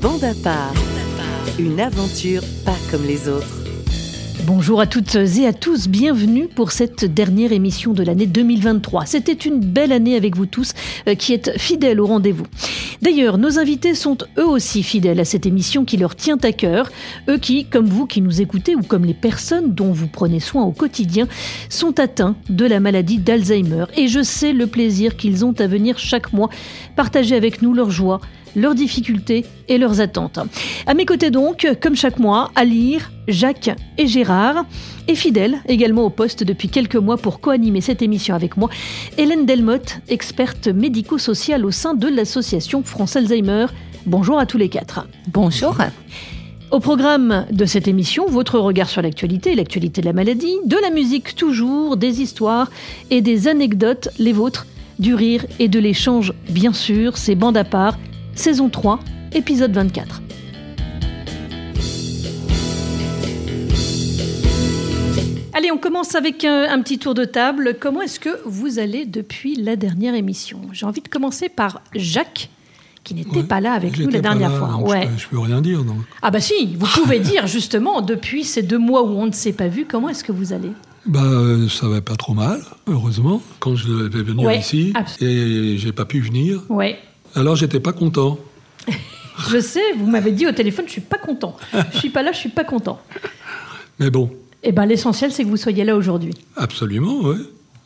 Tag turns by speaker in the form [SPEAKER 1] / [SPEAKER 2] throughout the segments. [SPEAKER 1] Bande à part, une aventure pas comme les autres.
[SPEAKER 2] Bonjour à toutes et à tous, bienvenue pour cette dernière émission de l'année 2023. C'était une belle année avec vous tous euh, qui êtes fidèles au rendez-vous. D'ailleurs, nos invités sont eux aussi fidèles à cette émission qui leur tient à cœur. Eux qui, comme vous qui nous écoutez ou comme les personnes dont vous prenez soin au quotidien, sont atteints de la maladie d'Alzheimer. Et je sais le plaisir qu'ils ont à venir chaque mois partager avec nous leur joie, leurs difficultés et leurs attentes. À mes côtés donc, comme chaque mois, à lire, Jacques et Gérard, et fidèle également au poste depuis quelques mois pour co-animer cette émission avec moi, Hélène Delmotte, experte médico-sociale au sein de l'association France Alzheimer. Bonjour à tous les quatre.
[SPEAKER 3] Bonjour.
[SPEAKER 2] Au programme de cette émission, votre regard sur l'actualité, l'actualité de la maladie, de la musique toujours, des histoires et des anecdotes, les vôtres, du rire et de l'échange, bien sûr, c'est Bande à part, saison 3, épisode 24. Allez, on commence avec un, un petit tour de table. Comment est-ce que vous allez depuis la dernière émission J'ai envie de commencer par Jacques, qui n'était
[SPEAKER 4] Ouais,
[SPEAKER 2] pas là avec nous
[SPEAKER 4] j'étais
[SPEAKER 2] la
[SPEAKER 4] pas
[SPEAKER 2] dernière
[SPEAKER 4] là,
[SPEAKER 2] fois.
[SPEAKER 4] donc je peux- Je, peux rien dire. Donc.
[SPEAKER 2] Ah bah si, vous pouvez dire justement, depuis ces deux mois où on ne s'est pas vu, comment est-ce que vous allez
[SPEAKER 4] Bah, euh, ça va pas trop mal, heureusement, quand je devais venir
[SPEAKER 2] Ouais,
[SPEAKER 4] ici.
[SPEAKER 2] abs-
[SPEAKER 4] Et j'ai pas pu venir.
[SPEAKER 2] Ouais.
[SPEAKER 4] Alors, j'étais pas content.
[SPEAKER 2] Je sais, vous m'avez dit au téléphone, je suis pas content. Je suis pas là, je suis pas content.
[SPEAKER 4] Mais bon,
[SPEAKER 2] Eh ben l'essentiel, c'est que vous soyez là aujourd'hui.
[SPEAKER 4] absolument, ouais.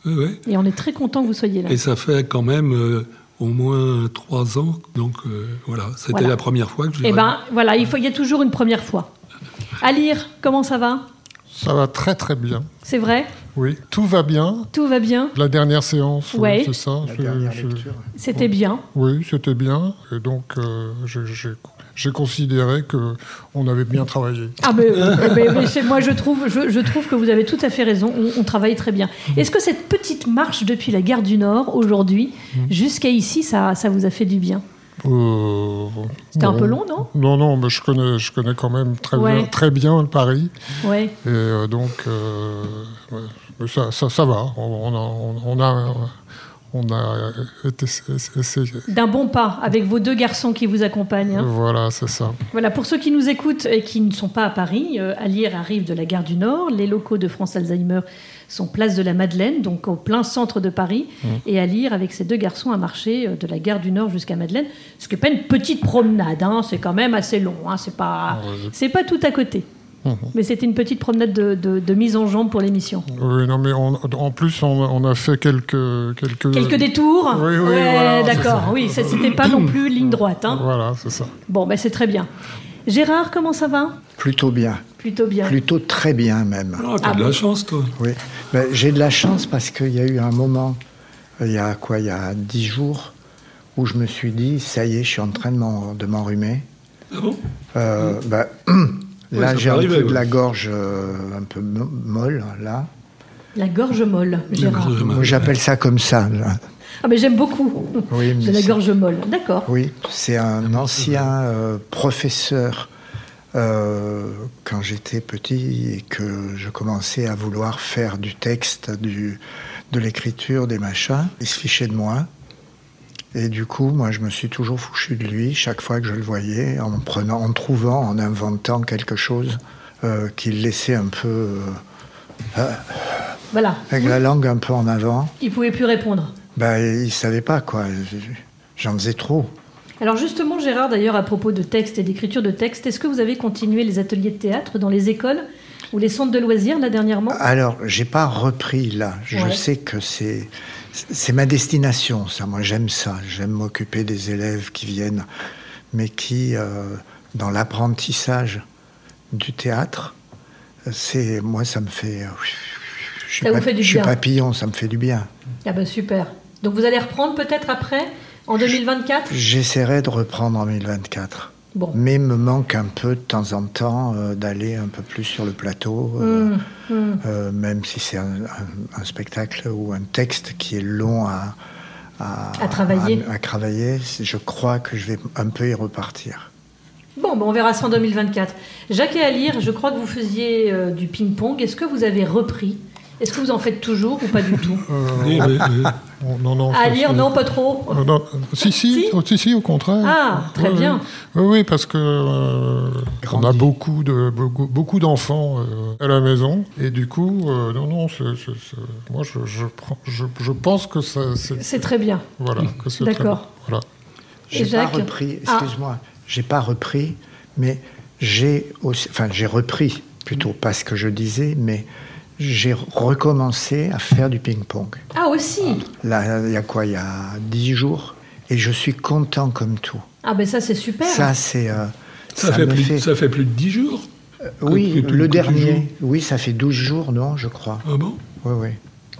[SPEAKER 4] Ouais, ouais.
[SPEAKER 2] Et on est très content que vous soyez là.
[SPEAKER 4] Et ça fait quand même euh, au moins trois ans. Donc, euh, voilà, c'était
[SPEAKER 2] Voilà.
[SPEAKER 4] la première fois que je
[SPEAKER 2] Eh ben voilà, il, faut, il y a toujours une première fois. À lire, comment ça va
[SPEAKER 5] Ça va très très bien.
[SPEAKER 2] C'est vrai
[SPEAKER 5] Oui, tout va bien.
[SPEAKER 2] Tout va bien
[SPEAKER 5] La dernière séance, euh,
[SPEAKER 2] Ouais.
[SPEAKER 5] c'est ça. je- je-
[SPEAKER 2] C'était bien
[SPEAKER 5] oui, c'était bien. Et donc, euh, je- j'ai- j'ai considéré que on avait bien travaillé.
[SPEAKER 2] Ah ben, euh, eh ben, mais c'est- moi je trouve, je, je trouve que vous avez tout à fait raison, on, on travaille très bien. Est-ce que cette petite marche depuis la gare du Nord aujourd'hui jusqu'à ici, ça, ça vous a fait du bien
[SPEAKER 5] Euh,
[SPEAKER 2] C'était un
[SPEAKER 5] bon.
[SPEAKER 2] peu long, non
[SPEAKER 5] Non, non, mais je connais, je connais quand même très
[SPEAKER 2] Ouais.
[SPEAKER 5] bien, très bien Paris.
[SPEAKER 2] Ouais.
[SPEAKER 5] Et euh, donc, euh, ouais, mais ça, ça, ça va. On, on a, on, on a, on a été, essayé.
[SPEAKER 2] D'un bon pas avec vos deux garçons qui vous accompagnent. hein.
[SPEAKER 5] Voilà, c'est ça.
[SPEAKER 2] Voilà, pour ceux qui nous écoutent et qui ne sont pas à Paris, euh, Alire arrive de la gare du Nord. Les locaux de France Alzheimer sont place de la Madeleine, donc au plein centre de Paris.
[SPEAKER 5] Mmh.
[SPEAKER 2] Et Alire, avec ses deux garçons, a marché euh, de la gare du Nord jusqu'à Madeleine. Ce qui n'est pas une petite promenade, hein, c'est quand même assez long. Hein, c'est pas,
[SPEAKER 5] Ah, Ouais. Mmh.
[SPEAKER 2] c'est pas tout à côté. Mais c'était une petite promenade de, de- de mise en jambe pour l'émission.
[SPEAKER 5] Oui, non, mais on- en plus, on, on a fait quelques, quelques,
[SPEAKER 2] Quelques détours.
[SPEAKER 5] Oui, oui,
[SPEAKER 2] Ouais,
[SPEAKER 5] voilà, c'est
[SPEAKER 2] d'accord.
[SPEAKER 5] ça.
[SPEAKER 2] Oui, ça, c'était pas non plus ligne droite. hein.
[SPEAKER 5] Voilà, c'est ça.
[SPEAKER 2] Bon, ben c'est très bien. Gérard, comment ça va
[SPEAKER 6] Plutôt bien,
[SPEAKER 2] Plutôt bien.
[SPEAKER 6] plutôt très bien même.
[SPEAKER 4] Ah, t'as
[SPEAKER 2] Ah
[SPEAKER 4] de la
[SPEAKER 2] bon
[SPEAKER 4] chance, toi.
[SPEAKER 6] Oui. Ben, J'ai de la chance parce qu'il y a eu un moment, euh, il y a quoi, il y a dix jours, où je me suis dit, ça y est, je suis en train de m'en- de m'enrhumer.
[SPEAKER 4] Ah bon
[SPEAKER 6] Euh, ben,
[SPEAKER 4] Mm. ça
[SPEAKER 6] là,
[SPEAKER 4] peut
[SPEAKER 6] j'ai un
[SPEAKER 4] arriver,
[SPEAKER 6] peu de
[SPEAKER 4] ouais.
[SPEAKER 6] la gorge euh, un peu mo- molle, là.
[SPEAKER 2] La gorge molle, Gérard.
[SPEAKER 4] gorge molle.
[SPEAKER 6] Moi, j'appelle ça comme ça. là.
[SPEAKER 2] Ah, mais j'aime beaucoup.
[SPEAKER 6] Oui, mais
[SPEAKER 2] J'ai la
[SPEAKER 6] c'est-
[SPEAKER 2] gorge molle. D'accord.
[SPEAKER 6] Oui, c'est un ancien euh, professeur euh, quand j'étais petit et que je commençais à vouloir faire du texte, du, de l'écriture, des machins. Il se fichait de moi. Et du coup, moi, je me suis toujours fouchu de lui chaque fois que je le voyais, en prenant, en trouvant, en inventant quelque chose euh, qui le laissait un peu euh,
[SPEAKER 2] Voilà.
[SPEAKER 6] avec la langue un peu en avant.
[SPEAKER 2] Il pouvait plus répondre.
[SPEAKER 6] Ben, il savait pas quoi. J'en faisais trop.
[SPEAKER 2] Alors justement, Gérard, d'ailleurs, à propos de texte et d'écriture de texte, est-ce que vous avez continué les ateliers de théâtre dans les écoles ou les centres de loisirs, là, dernièrement
[SPEAKER 6] Alors, j'ai pas repris là. Je
[SPEAKER 2] Ouais.
[SPEAKER 6] sais que c'est c'est ma destination, ça. Moi, j'aime ça. J'aime m'occuper des élèves qui viennent, mais qui, euh, dans l'apprentissage du théâtre, c'est moi, ça me fait. euh, Je suis,
[SPEAKER 2] Ça vous fait du
[SPEAKER 6] je suis
[SPEAKER 2] bien.
[SPEAKER 6] papillon, ça me fait du bien.
[SPEAKER 2] Ah ben super. Donc vous allez reprendre peut-être après, en 2024
[SPEAKER 6] J'essaierai de reprendre en 2024.
[SPEAKER 2] Bon.
[SPEAKER 6] Mais me manque un peu de temps en temps euh, d'aller un peu plus sur le plateau,
[SPEAKER 2] Mmh.
[SPEAKER 6] euh, euh, même si c'est un, un- un spectacle ou un texte qui est long à,
[SPEAKER 2] À travailler.
[SPEAKER 6] à- à travailler. C'est- Je crois que je vais un peu y repartir.
[SPEAKER 2] Bon, ben on verra ça en 2024. Jacques et Alire, je crois que vous faisiez euh, du ping-pong. Est-ce que vous avez repris Est-ce que vous en faites toujours ou pas du tout
[SPEAKER 6] Ah
[SPEAKER 4] Oui, oui, oui.
[SPEAKER 5] On- Euh, non, non,
[SPEAKER 2] À
[SPEAKER 5] c'est-
[SPEAKER 2] lire,
[SPEAKER 5] c'est-
[SPEAKER 2] non, pas trop.
[SPEAKER 5] Euh, non, euh, si, si,
[SPEAKER 2] Si
[SPEAKER 5] oh, si, si, au contraire.
[SPEAKER 2] Ah, très
[SPEAKER 5] Oui,
[SPEAKER 2] bien.
[SPEAKER 5] Oui, Oui, oui, parce que euh, on a
[SPEAKER 6] Grandi.
[SPEAKER 5] beaucoup de beaucoup, beaucoup d'enfants euh, à la maison et du coup, euh, non, non, c'est- c'est- c'est- moi je, je, prends- je, je pense que ça, c'est
[SPEAKER 2] C'est très bien.
[SPEAKER 5] voilà, que c'est très
[SPEAKER 2] D'accord.
[SPEAKER 5] bien. Voilà.
[SPEAKER 6] J'ai pas
[SPEAKER 2] Jacques
[SPEAKER 6] repris,
[SPEAKER 2] Ah.
[SPEAKER 6] excuse-moi, j'ai pas repris, mais j'ai aussi, enfin j'ai repris
[SPEAKER 2] Mm.
[SPEAKER 6] plutôt pas ce que je disais, mais j'ai recommencé à faire du ping-pong.
[SPEAKER 2] Ah, aussi
[SPEAKER 6] Là, il y a quoi, il y a dix jours, et je suis content comme tout.
[SPEAKER 2] Ah, ben ça, c'est super.
[SPEAKER 6] Ça, c'est, euh,
[SPEAKER 4] Ça,
[SPEAKER 6] ça,
[SPEAKER 4] fait
[SPEAKER 6] me
[SPEAKER 4] plus,
[SPEAKER 6] fait,
[SPEAKER 4] ça fait plus de 10 jours
[SPEAKER 6] oui,
[SPEAKER 4] que- que-
[SPEAKER 6] le
[SPEAKER 4] que tu
[SPEAKER 6] dernier, oui, ça fait 12 jours, non, je crois.
[SPEAKER 4] Ah bon
[SPEAKER 6] Oui, oui.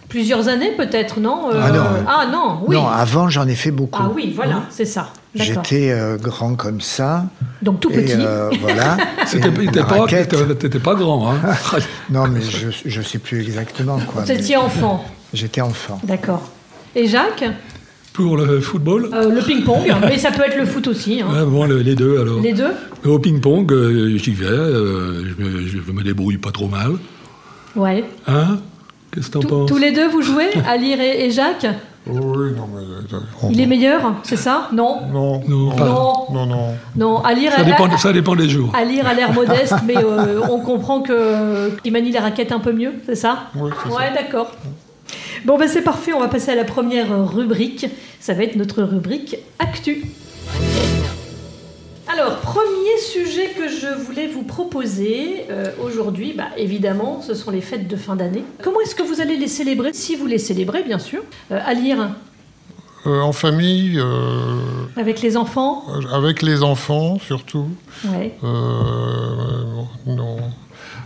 [SPEAKER 2] Plusieurs années, peut-être, non Euh,
[SPEAKER 6] Ah, non.
[SPEAKER 2] ah, non, oui.
[SPEAKER 6] Non, avant j'en ai fait beaucoup.
[SPEAKER 2] ah, oui, voilà, c'est ça. D'accord.
[SPEAKER 6] J'étais euh, grand comme ça.
[SPEAKER 2] Donc, tout
[SPEAKER 6] et,
[SPEAKER 2] petit.
[SPEAKER 6] euh, voilà.
[SPEAKER 4] C'était-
[SPEAKER 6] Et
[SPEAKER 4] T'étais
[SPEAKER 6] la
[SPEAKER 4] pas,
[SPEAKER 6] raquette.
[SPEAKER 4] t'étais- t'étais pas grand, hein
[SPEAKER 6] Non, mais je je sais plus exactement quoi.
[SPEAKER 2] Vous
[SPEAKER 6] mais
[SPEAKER 2] étiez enfant.
[SPEAKER 6] J'étais enfant.
[SPEAKER 2] D'accord. Et Jacques
[SPEAKER 4] Pour le football
[SPEAKER 2] Euh, Le ping-pong, mais ça peut être le foot aussi. hein.
[SPEAKER 4] Ah, bon, le- les deux alors.
[SPEAKER 2] Les deux
[SPEAKER 4] Au ping-pong, euh, j'y vais, euh, je, me, je me débrouille pas trop mal.
[SPEAKER 2] Ouais.
[SPEAKER 4] Hein Qu'est-ce que t'en
[SPEAKER 2] Tous-
[SPEAKER 4] penses
[SPEAKER 2] tous les deux, vous jouez Alire et, et Jacques
[SPEAKER 5] Oui, non, mais euh, on-
[SPEAKER 2] Il est meilleur, c'est ça Non
[SPEAKER 5] non,
[SPEAKER 4] Non, pas-
[SPEAKER 2] Non.
[SPEAKER 5] non, non.
[SPEAKER 2] Non, Ah. Alire
[SPEAKER 4] ça,
[SPEAKER 2] a-
[SPEAKER 4] dépend,
[SPEAKER 2] a-
[SPEAKER 4] ça dépend des jours.
[SPEAKER 2] Alire a l'air modeste, mais euh, on comprend que euh, qu'il manie la raquette un peu mieux, c'est ça
[SPEAKER 5] Oui, c'est ça.
[SPEAKER 2] Ouais, d'accord. Bon, ben c'est parfait, on va passer à la première euh, rubrique. Ça va être notre rubrique Actu. Alors, premier sujet que je voulais vous proposer euh, aujourd'hui, bah, évidemment, ce sont les fêtes de fin d'année. Comment est-ce que vous allez les célébrer Si vous les célébrez, bien sûr. Euh, à lire
[SPEAKER 5] Euh, en famille, euh,
[SPEAKER 2] avec les enfants
[SPEAKER 5] avec les enfants surtout.
[SPEAKER 2] ouais.
[SPEAKER 5] Euh, euh, non.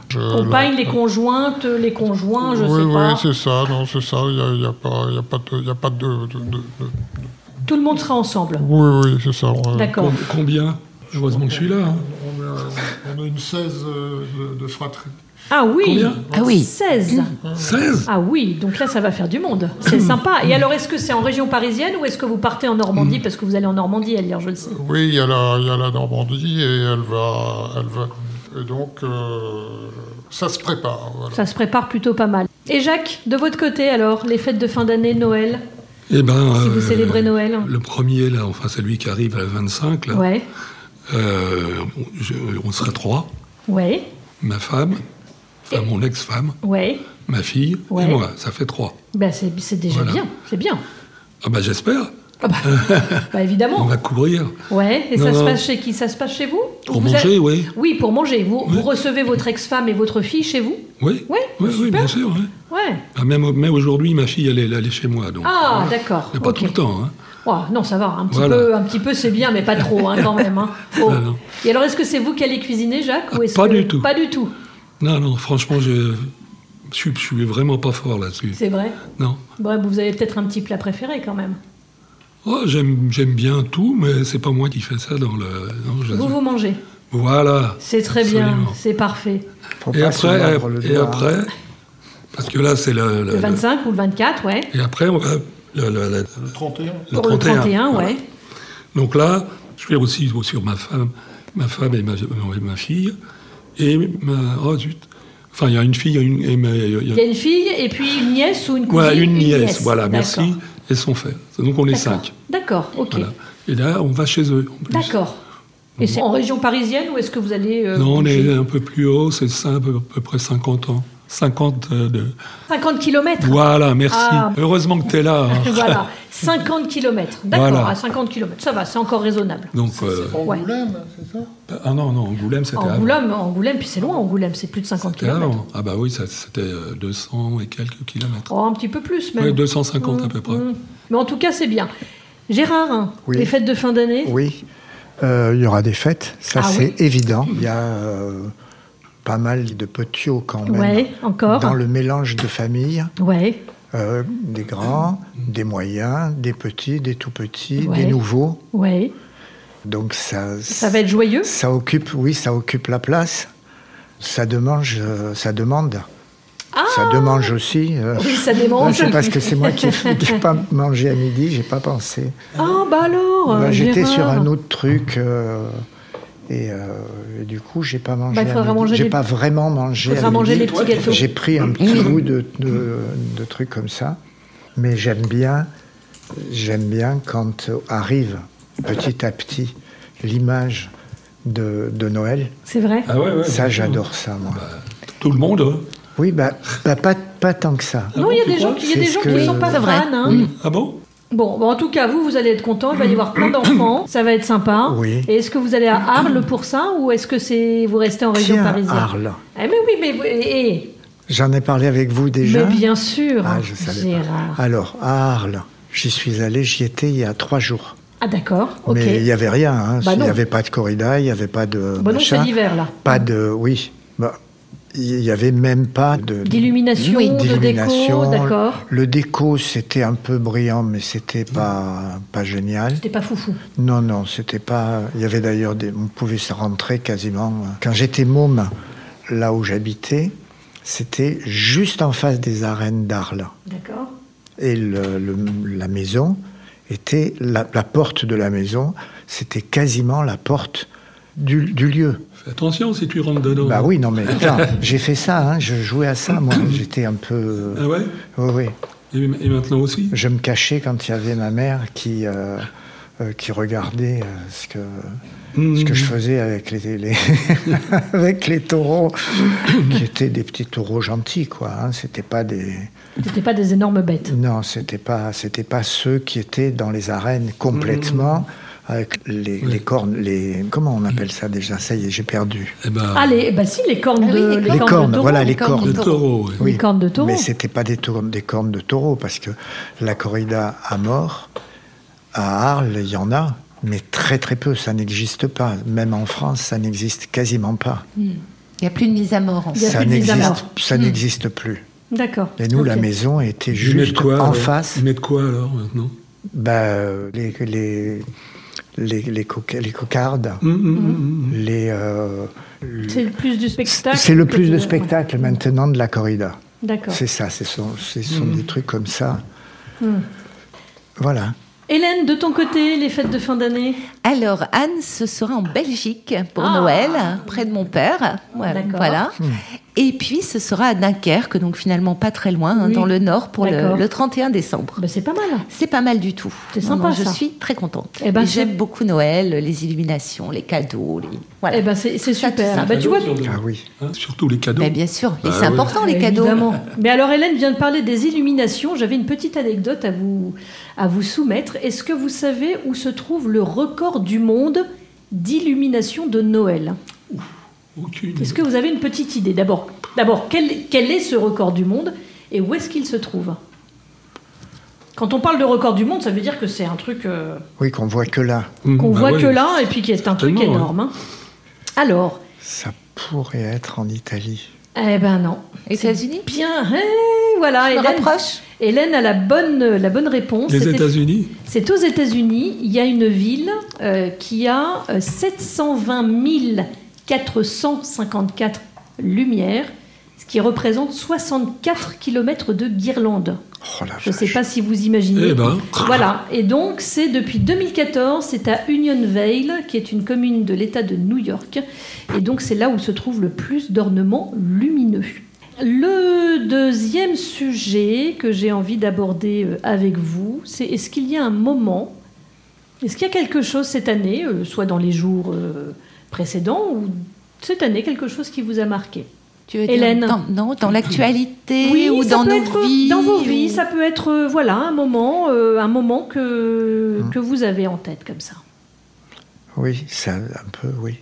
[SPEAKER 5] Je-
[SPEAKER 2] Compagne, les conjointes, les conjoints, je
[SPEAKER 5] oui,
[SPEAKER 2] sais
[SPEAKER 5] oui,
[SPEAKER 2] pas.
[SPEAKER 5] c'est ça, non, c'est ça, il n'y a, il y a pas, il y a pas de... il y a pas de, de- de- de-
[SPEAKER 2] Tout le monde sera ensemble.
[SPEAKER 5] Oui, oui, c'est ça. on- euh,
[SPEAKER 2] D'accord.
[SPEAKER 4] Com- Combien Heureusement que je suis là. hein.
[SPEAKER 5] On a, on a une 16 euh, de, de fratrie.
[SPEAKER 2] Ah oui
[SPEAKER 4] Combien Mmh.
[SPEAKER 1] Ah oui.
[SPEAKER 2] 16
[SPEAKER 4] hein. 16
[SPEAKER 2] Ah oui, donc là ça va faire du monde. C'est
[SPEAKER 4] Mmh.
[SPEAKER 2] sympa. Et alors est-ce que c'est en région parisienne ou est-ce que vous partez en
[SPEAKER 4] Mmh.
[SPEAKER 2] Normandie Parce que vous allez en Normandie à lire, je le sais.
[SPEAKER 5] Oui, il y, a la- il y a la Normandie et elle va... Elle va et donc, euh, ça se prépare, voilà.
[SPEAKER 2] Ça se prépare plutôt pas mal. Et Jacques, de votre côté alors, les fêtes de fin d'année, Noël
[SPEAKER 4] Eh ben,
[SPEAKER 2] Ah. Si vous célébrez Noël.
[SPEAKER 4] Le premier, là, enfin celui qui arrive à 25, là,
[SPEAKER 2] Ouais,
[SPEAKER 4] euh, on- je- on sera trois.
[SPEAKER 2] ouais,
[SPEAKER 4] Ma femme, enfin mon ex-femme,
[SPEAKER 2] ouais.
[SPEAKER 4] ma fille
[SPEAKER 2] Ouais.
[SPEAKER 4] et moi. Ça fait trois.
[SPEAKER 2] Ben c'est c'est déjà
[SPEAKER 4] Voilà.
[SPEAKER 2] bien, c'est bien.
[SPEAKER 4] Ah bah j'espère.
[SPEAKER 2] Ah bah, bah,
[SPEAKER 4] On
[SPEAKER 2] évidemment.
[SPEAKER 4] va couvrir.
[SPEAKER 2] Ouais, et
[SPEAKER 4] Non,
[SPEAKER 2] ça se
[SPEAKER 4] non.
[SPEAKER 2] passe chez qui Ça se passe chez vous
[SPEAKER 4] Pour
[SPEAKER 2] Vous
[SPEAKER 4] manger,
[SPEAKER 2] avez-
[SPEAKER 4] oui.
[SPEAKER 2] Oui, pour manger. Vous, vous
[SPEAKER 4] Oui.
[SPEAKER 2] recevez votre ex-femme et votre fille chez vous
[SPEAKER 4] Oui,
[SPEAKER 2] Ouais,
[SPEAKER 4] oui, oui,
[SPEAKER 2] super.
[SPEAKER 4] bien sûr. oui.
[SPEAKER 2] Ouais.
[SPEAKER 4] Ah, même même aujourd'hui, ma fille, elle est, elle est chez moi. Donc,
[SPEAKER 2] Ah, d'accord.
[SPEAKER 4] Mais pas
[SPEAKER 2] ok.
[SPEAKER 4] tout le temps. hein.
[SPEAKER 2] Ouah, non, ça va, un petit
[SPEAKER 4] Voilà.
[SPEAKER 2] peu, un petit peu, c'est bien, mais pas trop hein, quand même. hein. Faut-
[SPEAKER 4] Non, non.
[SPEAKER 2] Et alors, est-ce que c'est vous qui allez cuisiner, Jacques ou est-ce
[SPEAKER 4] Pas
[SPEAKER 2] que-
[SPEAKER 4] du tout.
[SPEAKER 2] Pas du tout,
[SPEAKER 4] Non, non, franchement, je je suis, je suis vraiment pas fort là-dessus.
[SPEAKER 2] c'est vrai.
[SPEAKER 4] Non.
[SPEAKER 2] Bref, vous avez peut-être un petit plat préféré quand même.
[SPEAKER 4] Oh, j'aime j'aime bien tout, mais c'est pas moi qui fais ça dans le. non, je-
[SPEAKER 2] Vous, vous mangez.
[SPEAKER 4] Voilà.
[SPEAKER 2] C'est très bien,
[SPEAKER 4] Absolument. Euh,
[SPEAKER 2] c'est parfait.
[SPEAKER 6] Faut
[SPEAKER 4] Et
[SPEAKER 6] pas se
[SPEAKER 4] après,
[SPEAKER 6] mordre
[SPEAKER 4] euh,
[SPEAKER 6] le
[SPEAKER 4] et
[SPEAKER 6] doigt.
[SPEAKER 4] après, parce que là, c'est le, le-
[SPEAKER 2] Le 25 ou le 24, ouais.
[SPEAKER 4] le- Et après, on va. Le, le- le-
[SPEAKER 5] Le 31
[SPEAKER 4] le
[SPEAKER 2] Pour le 31,
[SPEAKER 4] voilà.
[SPEAKER 2] ouais.
[SPEAKER 4] Donc là, je vais aussi sur ma femme, ma femme et ma, et ma fille. Et ma. Oh zut. Enfin, il y a une fille une- et ma- il y a-
[SPEAKER 2] Il y a une fille et puis une nièce ou une cousine
[SPEAKER 4] Voilà, une nièce, voilà,
[SPEAKER 2] D'accord.
[SPEAKER 4] merci. Et son frère. Donc on est
[SPEAKER 2] D'accord.
[SPEAKER 4] cinq.
[SPEAKER 2] D'accord, ok.
[SPEAKER 4] Voilà. Et là, on va chez eux. en plus.
[SPEAKER 2] D'accord. Et c'est en région parisienne ou est-ce que vous allez. euh,
[SPEAKER 4] Non, on est
[SPEAKER 2] bouger
[SPEAKER 4] un peu plus haut, c'est ça, à peu, à peu près 50 ans. 50 euh, de...
[SPEAKER 2] 50 km
[SPEAKER 4] Voilà, merci.
[SPEAKER 2] Ah.
[SPEAKER 4] Heureusement que tu es là. hein.
[SPEAKER 2] Voilà, 50 km. D'accord,
[SPEAKER 4] Voilà.
[SPEAKER 2] à 50 km, ça va, c'est encore raisonnable.
[SPEAKER 4] Donc, euh,
[SPEAKER 2] Ouais.
[SPEAKER 5] Angoulême, c'est ça
[SPEAKER 4] ah non, non, Angoulême, c'était avant.
[SPEAKER 2] Angoulême, Angoulême, puis c'est loin, Angoulême, c'est plus de 50
[SPEAKER 4] C'était
[SPEAKER 2] km.
[SPEAKER 4] avant. Ah bah oui, ça, c'était euh, 200 et quelques kilomètres.
[SPEAKER 2] Oh, un petit peu plus même.
[SPEAKER 4] Oui, 250 à peu près.
[SPEAKER 2] Mm. Mais en tout cas, c'est bien. Gérard, hein,
[SPEAKER 6] Oui.
[SPEAKER 2] les fêtes de fin d'année
[SPEAKER 6] hein. Oui, Euh, il y aura des fêtes, ça
[SPEAKER 2] Ah
[SPEAKER 6] c'est
[SPEAKER 2] oui.
[SPEAKER 6] évident. Il y a euh, pas mal de potiaux quand même.
[SPEAKER 2] Ouais, encore.
[SPEAKER 6] Dans le mélange de familles,
[SPEAKER 2] Ouais,
[SPEAKER 6] euh, des grands, des moyens, des petits, des tout petits,
[SPEAKER 2] Ouais.
[SPEAKER 6] des nouveaux.
[SPEAKER 2] ouais.
[SPEAKER 6] Donc ça,
[SPEAKER 2] Ça va être joyeux
[SPEAKER 6] ça occupe, oui, ça occupe la place. Ça demande, euh, ça demande. ça demande aussi. euh,
[SPEAKER 2] Ah, Oui, ça
[SPEAKER 6] là,
[SPEAKER 2] démange.
[SPEAKER 6] c'est parce que c'est moi qui n'ai pas mangé à midi, j'ai pas pensé.
[SPEAKER 2] Ah, bah alors
[SPEAKER 6] Bah,
[SPEAKER 2] euh,
[SPEAKER 6] J'étais sur
[SPEAKER 2] Gérard.
[SPEAKER 6] un autre truc euh, Et, euh, et du coup, j'ai pas mangé.
[SPEAKER 2] Bah, il
[SPEAKER 6] à
[SPEAKER 2] faudra
[SPEAKER 6] midi.
[SPEAKER 2] manger
[SPEAKER 6] J'ai
[SPEAKER 2] des-
[SPEAKER 6] pas vraiment mangé.
[SPEAKER 2] faudra
[SPEAKER 6] à
[SPEAKER 2] manger
[SPEAKER 6] midi.
[SPEAKER 2] des petits gâteaux.
[SPEAKER 6] J'ai pris un petit bout de, de, de trucs comme ça, mais j'aime bien, j'aime bien quand arrive petit à petit l'image de, de Noël.
[SPEAKER 2] C'est vrai
[SPEAKER 4] Ah ouais, ouais, bien
[SPEAKER 6] Ça,
[SPEAKER 4] sûr.
[SPEAKER 6] j'adore ça, moi.
[SPEAKER 4] Tout le monde. hein.
[SPEAKER 6] Oui, bah, bah, pas, pas tant que ça.
[SPEAKER 2] Non, il y a
[SPEAKER 4] tu
[SPEAKER 2] des
[SPEAKER 4] crois
[SPEAKER 2] gens qui, il y a
[SPEAKER 6] C'est
[SPEAKER 2] des
[SPEAKER 6] ce
[SPEAKER 2] gens qui
[SPEAKER 6] que-
[SPEAKER 2] ne sont pas C'est vrai. fans. hein.
[SPEAKER 4] Ah bon
[SPEAKER 2] Bon, bah, en tout cas, vous, vous allez être content. Il va y avoir plein d'enfants. Ça va être sympa.
[SPEAKER 6] Oui.
[SPEAKER 2] Et est-ce que vous allez à Arles pour ça ou est-ce que c'est vous restez en région
[SPEAKER 6] Tiens,
[SPEAKER 2] parisienne
[SPEAKER 6] Arles.
[SPEAKER 2] Ah, mais oui, mais, eh, eh,
[SPEAKER 6] J'en ai parlé avec vous déjà.
[SPEAKER 2] mais bien sûr,
[SPEAKER 6] Ah, je savais pas.
[SPEAKER 2] Gérard.
[SPEAKER 6] Alors, à Arles, j'y suis allé, j'y étais il y a trois jours.
[SPEAKER 2] Ah d'accord, ok.
[SPEAKER 6] Mais il n'y avait rien. hein.
[SPEAKER 2] Bah
[SPEAKER 6] il
[SPEAKER 2] non.
[SPEAKER 6] n'y avait pas de corrida, il n'y avait pas de.
[SPEAKER 2] Bon, donc
[SPEAKER 6] machin,
[SPEAKER 2] c'est l'hiver, là.
[SPEAKER 6] Pas de. Oui. Bah, il n'y avait même pas de.
[SPEAKER 2] D'illumination,
[SPEAKER 6] Oui,
[SPEAKER 2] de déco,
[SPEAKER 6] d'illumination.
[SPEAKER 2] d'accord.
[SPEAKER 6] Le déco, c'était un peu brillant, mais c'était pas, pas génial.
[SPEAKER 2] C'était pas foufou.
[SPEAKER 6] Non, non, c'était pas. Il y avait d'ailleurs des. On pouvait se rentrer quasiment. hein. Quand j'étais môme, là où j'habitais, c'était juste en face des arènes d'Arles.
[SPEAKER 2] D'accord.
[SPEAKER 6] Et le- le- la maison était la, la porte de la maison, c'était quasiment la porte du, du lieu.
[SPEAKER 4] Fais attention si tu rentres dedans.
[SPEAKER 6] Bah oui, non mais putain, j'ai fait ça, hein, je jouais à ça, moi. J'étais un peu.
[SPEAKER 4] Ah ouais
[SPEAKER 6] Oui, oui.
[SPEAKER 4] et, et maintenant aussi
[SPEAKER 6] Je me cachais quand il y avait ma mère qui, euh, euh, qui regardait euh, ce que, ce que je
[SPEAKER 4] Mm.
[SPEAKER 6] faisais avec les, les- avec les taureaux, qui étaient des petits taureaux gentils, quoi. hein, C'était pas des.
[SPEAKER 2] C'était pas des énormes bêtes.
[SPEAKER 6] Non, c'était pas, c'était pas ceux qui étaient dans les arènes complètement
[SPEAKER 2] Mm.
[SPEAKER 6] avec les, les cornes, les comment on appelle ça déjà Ça y est, j'ai perdu.
[SPEAKER 4] Eh ben,
[SPEAKER 2] Allez, bah si, les cornes
[SPEAKER 3] Ah oui,
[SPEAKER 2] de
[SPEAKER 3] les
[SPEAKER 6] les
[SPEAKER 2] de
[SPEAKER 6] cornes,
[SPEAKER 2] taureau.
[SPEAKER 6] voilà les
[SPEAKER 3] les cornes
[SPEAKER 6] cornes.
[SPEAKER 4] le
[SPEAKER 3] de
[SPEAKER 4] taureau. ouais.
[SPEAKER 2] Les cornes de taureau.
[SPEAKER 6] Mais c'était pas des, tour- des cornes de taureau parce que la corrida à mort à Arles, il y en a, mais très très peu. Ça n'existe pas. Même en France, ça n'existe quasiment pas.
[SPEAKER 3] Il n'y a plus de mise à mort. En
[SPEAKER 2] Il y a
[SPEAKER 3] fait.
[SPEAKER 6] Ça
[SPEAKER 2] plus de mise à
[SPEAKER 6] n'existe,
[SPEAKER 2] mort.
[SPEAKER 6] ça n'existe plus.
[SPEAKER 2] D'accord.
[SPEAKER 6] Et nous, la
[SPEAKER 2] Ok.
[SPEAKER 6] maison était
[SPEAKER 4] Ils mettent
[SPEAKER 6] juste
[SPEAKER 4] quoi,
[SPEAKER 6] en
[SPEAKER 4] alors
[SPEAKER 6] face.
[SPEAKER 4] Ils mettent quoi alors maintenant
[SPEAKER 6] Bah, euh, les, les, les, les, coca- les cocardes,
[SPEAKER 4] Hum, hum, hum, hum.
[SPEAKER 6] les. euh, le-
[SPEAKER 2] C'est le plus du spectacle.
[SPEAKER 6] c'est le plus
[SPEAKER 2] que
[SPEAKER 6] de spectacles maintenant de la corrida.
[SPEAKER 2] D'accord. Mm.
[SPEAKER 6] C'est ça, ce sont, ce sont des trucs comme ça. Voilà.
[SPEAKER 2] Hélène, de ton côté, les fêtes de fin d'année
[SPEAKER 3] Alors, Anne, ce sera en Belgique pour
[SPEAKER 2] Ah.
[SPEAKER 3] Noël, près de mon père. Ouais,
[SPEAKER 2] D'accord. Hmm.
[SPEAKER 3] Voilà. Et puis, ce sera à Dunkerque, donc finalement pas très loin, hein,
[SPEAKER 2] Oui.
[SPEAKER 3] dans le nord, pour le,
[SPEAKER 2] D'accord.
[SPEAKER 3] le 31 décembre.
[SPEAKER 2] Bah, C'est pas mal.
[SPEAKER 3] C'est pas mal du tout.
[SPEAKER 2] C'est
[SPEAKER 3] Non,
[SPEAKER 2] sympa,
[SPEAKER 3] non, Je
[SPEAKER 2] ça.
[SPEAKER 3] suis très contente.
[SPEAKER 2] Eh ben,
[SPEAKER 3] Et
[SPEAKER 2] c'est-
[SPEAKER 3] J'aime beaucoup Noël, les illuminations, les cadeaux. Les... Voilà.
[SPEAKER 2] Eh ben, c'est c'est
[SPEAKER 3] Ça, tout
[SPEAKER 2] super.
[SPEAKER 3] ça.
[SPEAKER 2] Bah, tu vois,
[SPEAKER 4] Surtout-
[SPEAKER 6] Ah oui.
[SPEAKER 4] hein, surtout les cadeaux.
[SPEAKER 3] Mais bien sûr, et
[SPEAKER 4] Bah
[SPEAKER 3] c'est
[SPEAKER 4] oui.
[SPEAKER 3] important les cadeaux.
[SPEAKER 2] Évidemment. Mais alors Hélène vient de parler des illuminations. J'avais une petite anecdote à vous, à vous soumettre. Est-ce que vous savez où se trouve le record du monde d'illumination de Noël
[SPEAKER 4] Aucune.
[SPEAKER 2] Est-ce que vous avez une petite idée D'abord, d'abord quel, quel est ce record du monde et où est-ce qu'il se trouve Quand on parle de record du monde, ça veut dire que c'est un truc euh,
[SPEAKER 6] Oui, qu'on voit que là.
[SPEAKER 4] Hum,
[SPEAKER 2] qu'on
[SPEAKER 4] bah
[SPEAKER 2] voit
[SPEAKER 4] ouais.
[SPEAKER 2] que là et puis qui est un truc
[SPEAKER 4] Certainement,
[SPEAKER 2] énorme. hein. Alors,
[SPEAKER 6] Ça pourrait être en Italie.
[SPEAKER 2] eh ben non.
[SPEAKER 3] Les États-Unis
[SPEAKER 2] Bien, eh, voilà,
[SPEAKER 3] Je me
[SPEAKER 2] Hélène,
[SPEAKER 3] rapproche.
[SPEAKER 2] Hélène a la bonne, la bonne réponse.
[SPEAKER 4] Les
[SPEAKER 2] C'était-
[SPEAKER 4] États-Unis
[SPEAKER 2] C'est aux États-Unis. Il y a une ville euh, qui a euh, 720 454 lumières, ce qui représente 64 kilomètres de guirlandes.
[SPEAKER 6] Oh la
[SPEAKER 2] Je ne sais
[SPEAKER 6] vache.
[SPEAKER 2] pas si vous imaginez.
[SPEAKER 4] Eh ben.
[SPEAKER 2] Voilà. Et donc, c'est depuis 2014, c'est à Unionvale, qui est une commune de l'État de New York. Et donc, c'est là où se trouve le plus d'ornements lumineux. Le deuxième sujet que j'ai envie d'aborder euh, avec vous, c'est est-ce qu'il y a un moment, est-ce qu'il y a quelque chose cette année, euh, soit dans les jours euh, précédents ou cette année, quelque chose qui vous a marqué
[SPEAKER 3] Tu veux
[SPEAKER 2] Hélène.
[SPEAKER 3] dire dans, non, dans l'actualité ou
[SPEAKER 2] ça
[SPEAKER 3] dans
[SPEAKER 2] peut
[SPEAKER 3] nos
[SPEAKER 2] être,
[SPEAKER 3] vies
[SPEAKER 2] Dans vos vies,
[SPEAKER 3] ou-
[SPEAKER 2] ça peut être euh, voilà un moment, euh, un moment que que vous avez en tête comme ça.
[SPEAKER 6] Oui, ça, un peu, oui.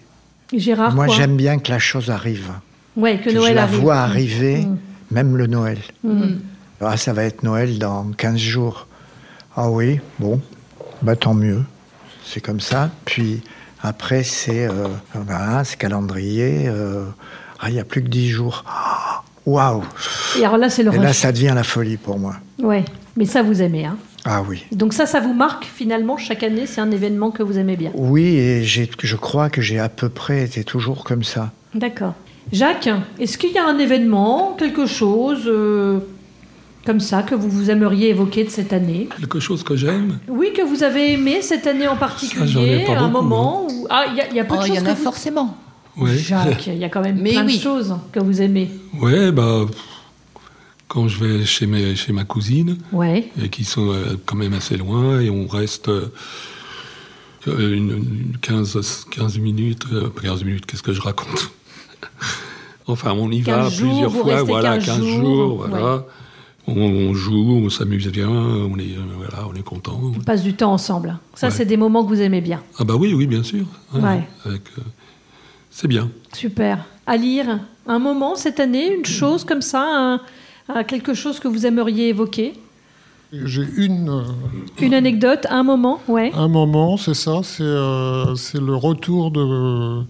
[SPEAKER 2] Et Gérard,
[SPEAKER 6] Moi,
[SPEAKER 2] quoi
[SPEAKER 6] j'aime bien que la chose arrive.
[SPEAKER 2] Ouais, que,
[SPEAKER 6] Que
[SPEAKER 2] Noël
[SPEAKER 6] je la
[SPEAKER 2] arrive.
[SPEAKER 6] vois arriver, même le Noël.
[SPEAKER 2] Mm.
[SPEAKER 6] Ah, ça va être Noël dans 15 jours. Ah oui, bon, bah tant mieux. C'est comme ça. Puis après, c'est euh, ah bah, ce calendrier. euh, ah, il n'y a plus que 10 jours. Ah, Waouh
[SPEAKER 2] Et alors là, c'est le
[SPEAKER 6] Et là,
[SPEAKER 2] rush.
[SPEAKER 6] ça devient la folie pour moi.
[SPEAKER 2] Ouais, mais ça vous aimez. Hein.
[SPEAKER 6] Ah oui.
[SPEAKER 2] Donc ça, ça vous marque finalement chaque année. C'est un événement que vous aimez bien.
[SPEAKER 6] Oui, et j'ai- je crois que j'ai à peu près été toujours comme ça.
[SPEAKER 2] D'accord. Jacques, est-ce qu'il y a un événement, quelque chose euh, comme ça que vous vous aimeriez évoquer de cette année
[SPEAKER 4] Quelque chose que j'aime
[SPEAKER 2] Oui, que vous avez aimé cette année en
[SPEAKER 4] j'en ai
[SPEAKER 2] particulier,
[SPEAKER 4] pas
[SPEAKER 2] un
[SPEAKER 4] beaucoup,
[SPEAKER 2] moment où... Ah, il y a, il y a peu
[SPEAKER 3] Oh,
[SPEAKER 2] de
[SPEAKER 3] Il y
[SPEAKER 2] choses
[SPEAKER 3] en
[SPEAKER 2] que
[SPEAKER 3] a
[SPEAKER 2] vous...
[SPEAKER 3] forcément.
[SPEAKER 4] Ouais.
[SPEAKER 2] Jacques, Ah, il y a quand même
[SPEAKER 3] Mais
[SPEAKER 2] plein
[SPEAKER 3] oui.
[SPEAKER 2] de choses que vous aimez.
[SPEAKER 4] Ouais, bah, pff, quand je vais chez, mes, chez ma cousine,
[SPEAKER 2] Ouais.
[SPEAKER 4] et qui sont euh, quand même assez loin, et on reste euh, une, une 15, 15 minutes. euh, pas 15 minutes, qu'est-ce que je raconte Enfin, on y va
[SPEAKER 2] 15 jours,
[SPEAKER 4] plusieurs
[SPEAKER 2] vous
[SPEAKER 4] fois,
[SPEAKER 2] restez
[SPEAKER 4] voilà,
[SPEAKER 2] 15
[SPEAKER 4] 15 jours,
[SPEAKER 2] jours,
[SPEAKER 4] voilà. On, on joue, on s'amuse bien, on est, euh, voilà, on est content.
[SPEAKER 2] On passe du temps ensemble. Ça,
[SPEAKER 4] Ouais.
[SPEAKER 2] c'est des moments que vous aimez bien.
[SPEAKER 4] Ah bah oui, oui, bien sûr. hein,
[SPEAKER 2] Ouais.
[SPEAKER 4] avec, euh, c'est bien.
[SPEAKER 2] Super. À lire, un moment cette année, une chose comme ça, un- un quelque chose que vous aimeriez évoquer
[SPEAKER 5] J'ai une, euh,
[SPEAKER 2] Une anecdote, un moment, ouais.
[SPEAKER 5] un moment, c'est ça, c'est euh, c'est le retour de,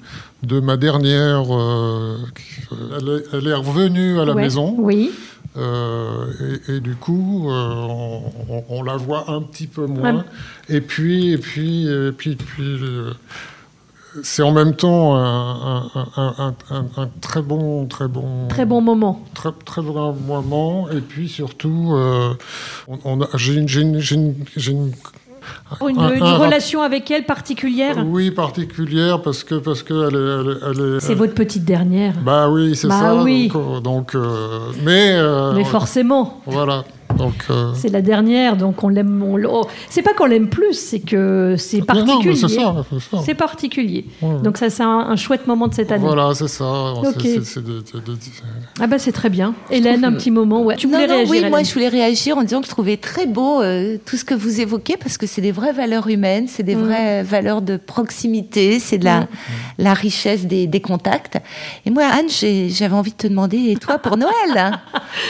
[SPEAKER 5] de ma dernière. euh, qui- elle, est, elle est revenue à la
[SPEAKER 2] Ouais.
[SPEAKER 5] maison.
[SPEAKER 2] Oui,
[SPEAKER 5] Euh, et, et du coup, euh, on, on- on la voit un petit peu
[SPEAKER 2] Ouais.
[SPEAKER 5] moins. Et puis, et puis, et puis, puis, euh, c'est en même temps un, un- un- un- un très bon, très bon,
[SPEAKER 2] très bon moment.
[SPEAKER 5] très, très bon moment. Et puis surtout, euh, on, on a- j'ai une, j'ai une- j'ai une- j'ai une-
[SPEAKER 2] Oh, Une,
[SPEAKER 5] un-
[SPEAKER 2] une
[SPEAKER 5] un- Euh,
[SPEAKER 2] relation avec elle particulière.
[SPEAKER 5] oui particulière parce que parce que elle est, elle est- elle est-
[SPEAKER 2] C'est votre petite dernière.
[SPEAKER 5] bah oui, c'est
[SPEAKER 2] Bah
[SPEAKER 5] ça.
[SPEAKER 2] oui.
[SPEAKER 5] Donc, euh, donc, euh, mais, euh,
[SPEAKER 2] Mais forcément,
[SPEAKER 5] voilà. Donc. euh,
[SPEAKER 2] c'est la dernière, donc on l'aime. on l'- oh, C'est pas qu'on l'aime plus, c'est que c'est
[SPEAKER 5] Ah, non, non, mais
[SPEAKER 2] particulier.
[SPEAKER 5] c'est ça, c'est ça.
[SPEAKER 2] C'est particulier.
[SPEAKER 5] Ouais.
[SPEAKER 2] Donc ça, c'est un, un chouette moment de cette année.
[SPEAKER 5] Voilà, c'est ça.
[SPEAKER 2] Ok.
[SPEAKER 5] C'est- c'est- c'est de- de- de-
[SPEAKER 2] Ah bah c'est très bien. Hélène, un petit moment. Ouais. Tu
[SPEAKER 3] Bah, non,
[SPEAKER 2] voulais
[SPEAKER 3] non,
[SPEAKER 2] réagir
[SPEAKER 3] oui, moi
[SPEAKER 2] Hélène
[SPEAKER 3] je voulais réagir en disant que je trouvais très beau euh, tout ce que vous évoquez parce que c'est des vraies valeurs humaines, c'est des
[SPEAKER 2] Mm.
[SPEAKER 3] vraies valeurs de proximité, c'est de la,
[SPEAKER 2] Mm.
[SPEAKER 3] la richesse des, des contacts. Et moi, Anne, j'ai- j'avais envie de te demander, et toi pour Noël hein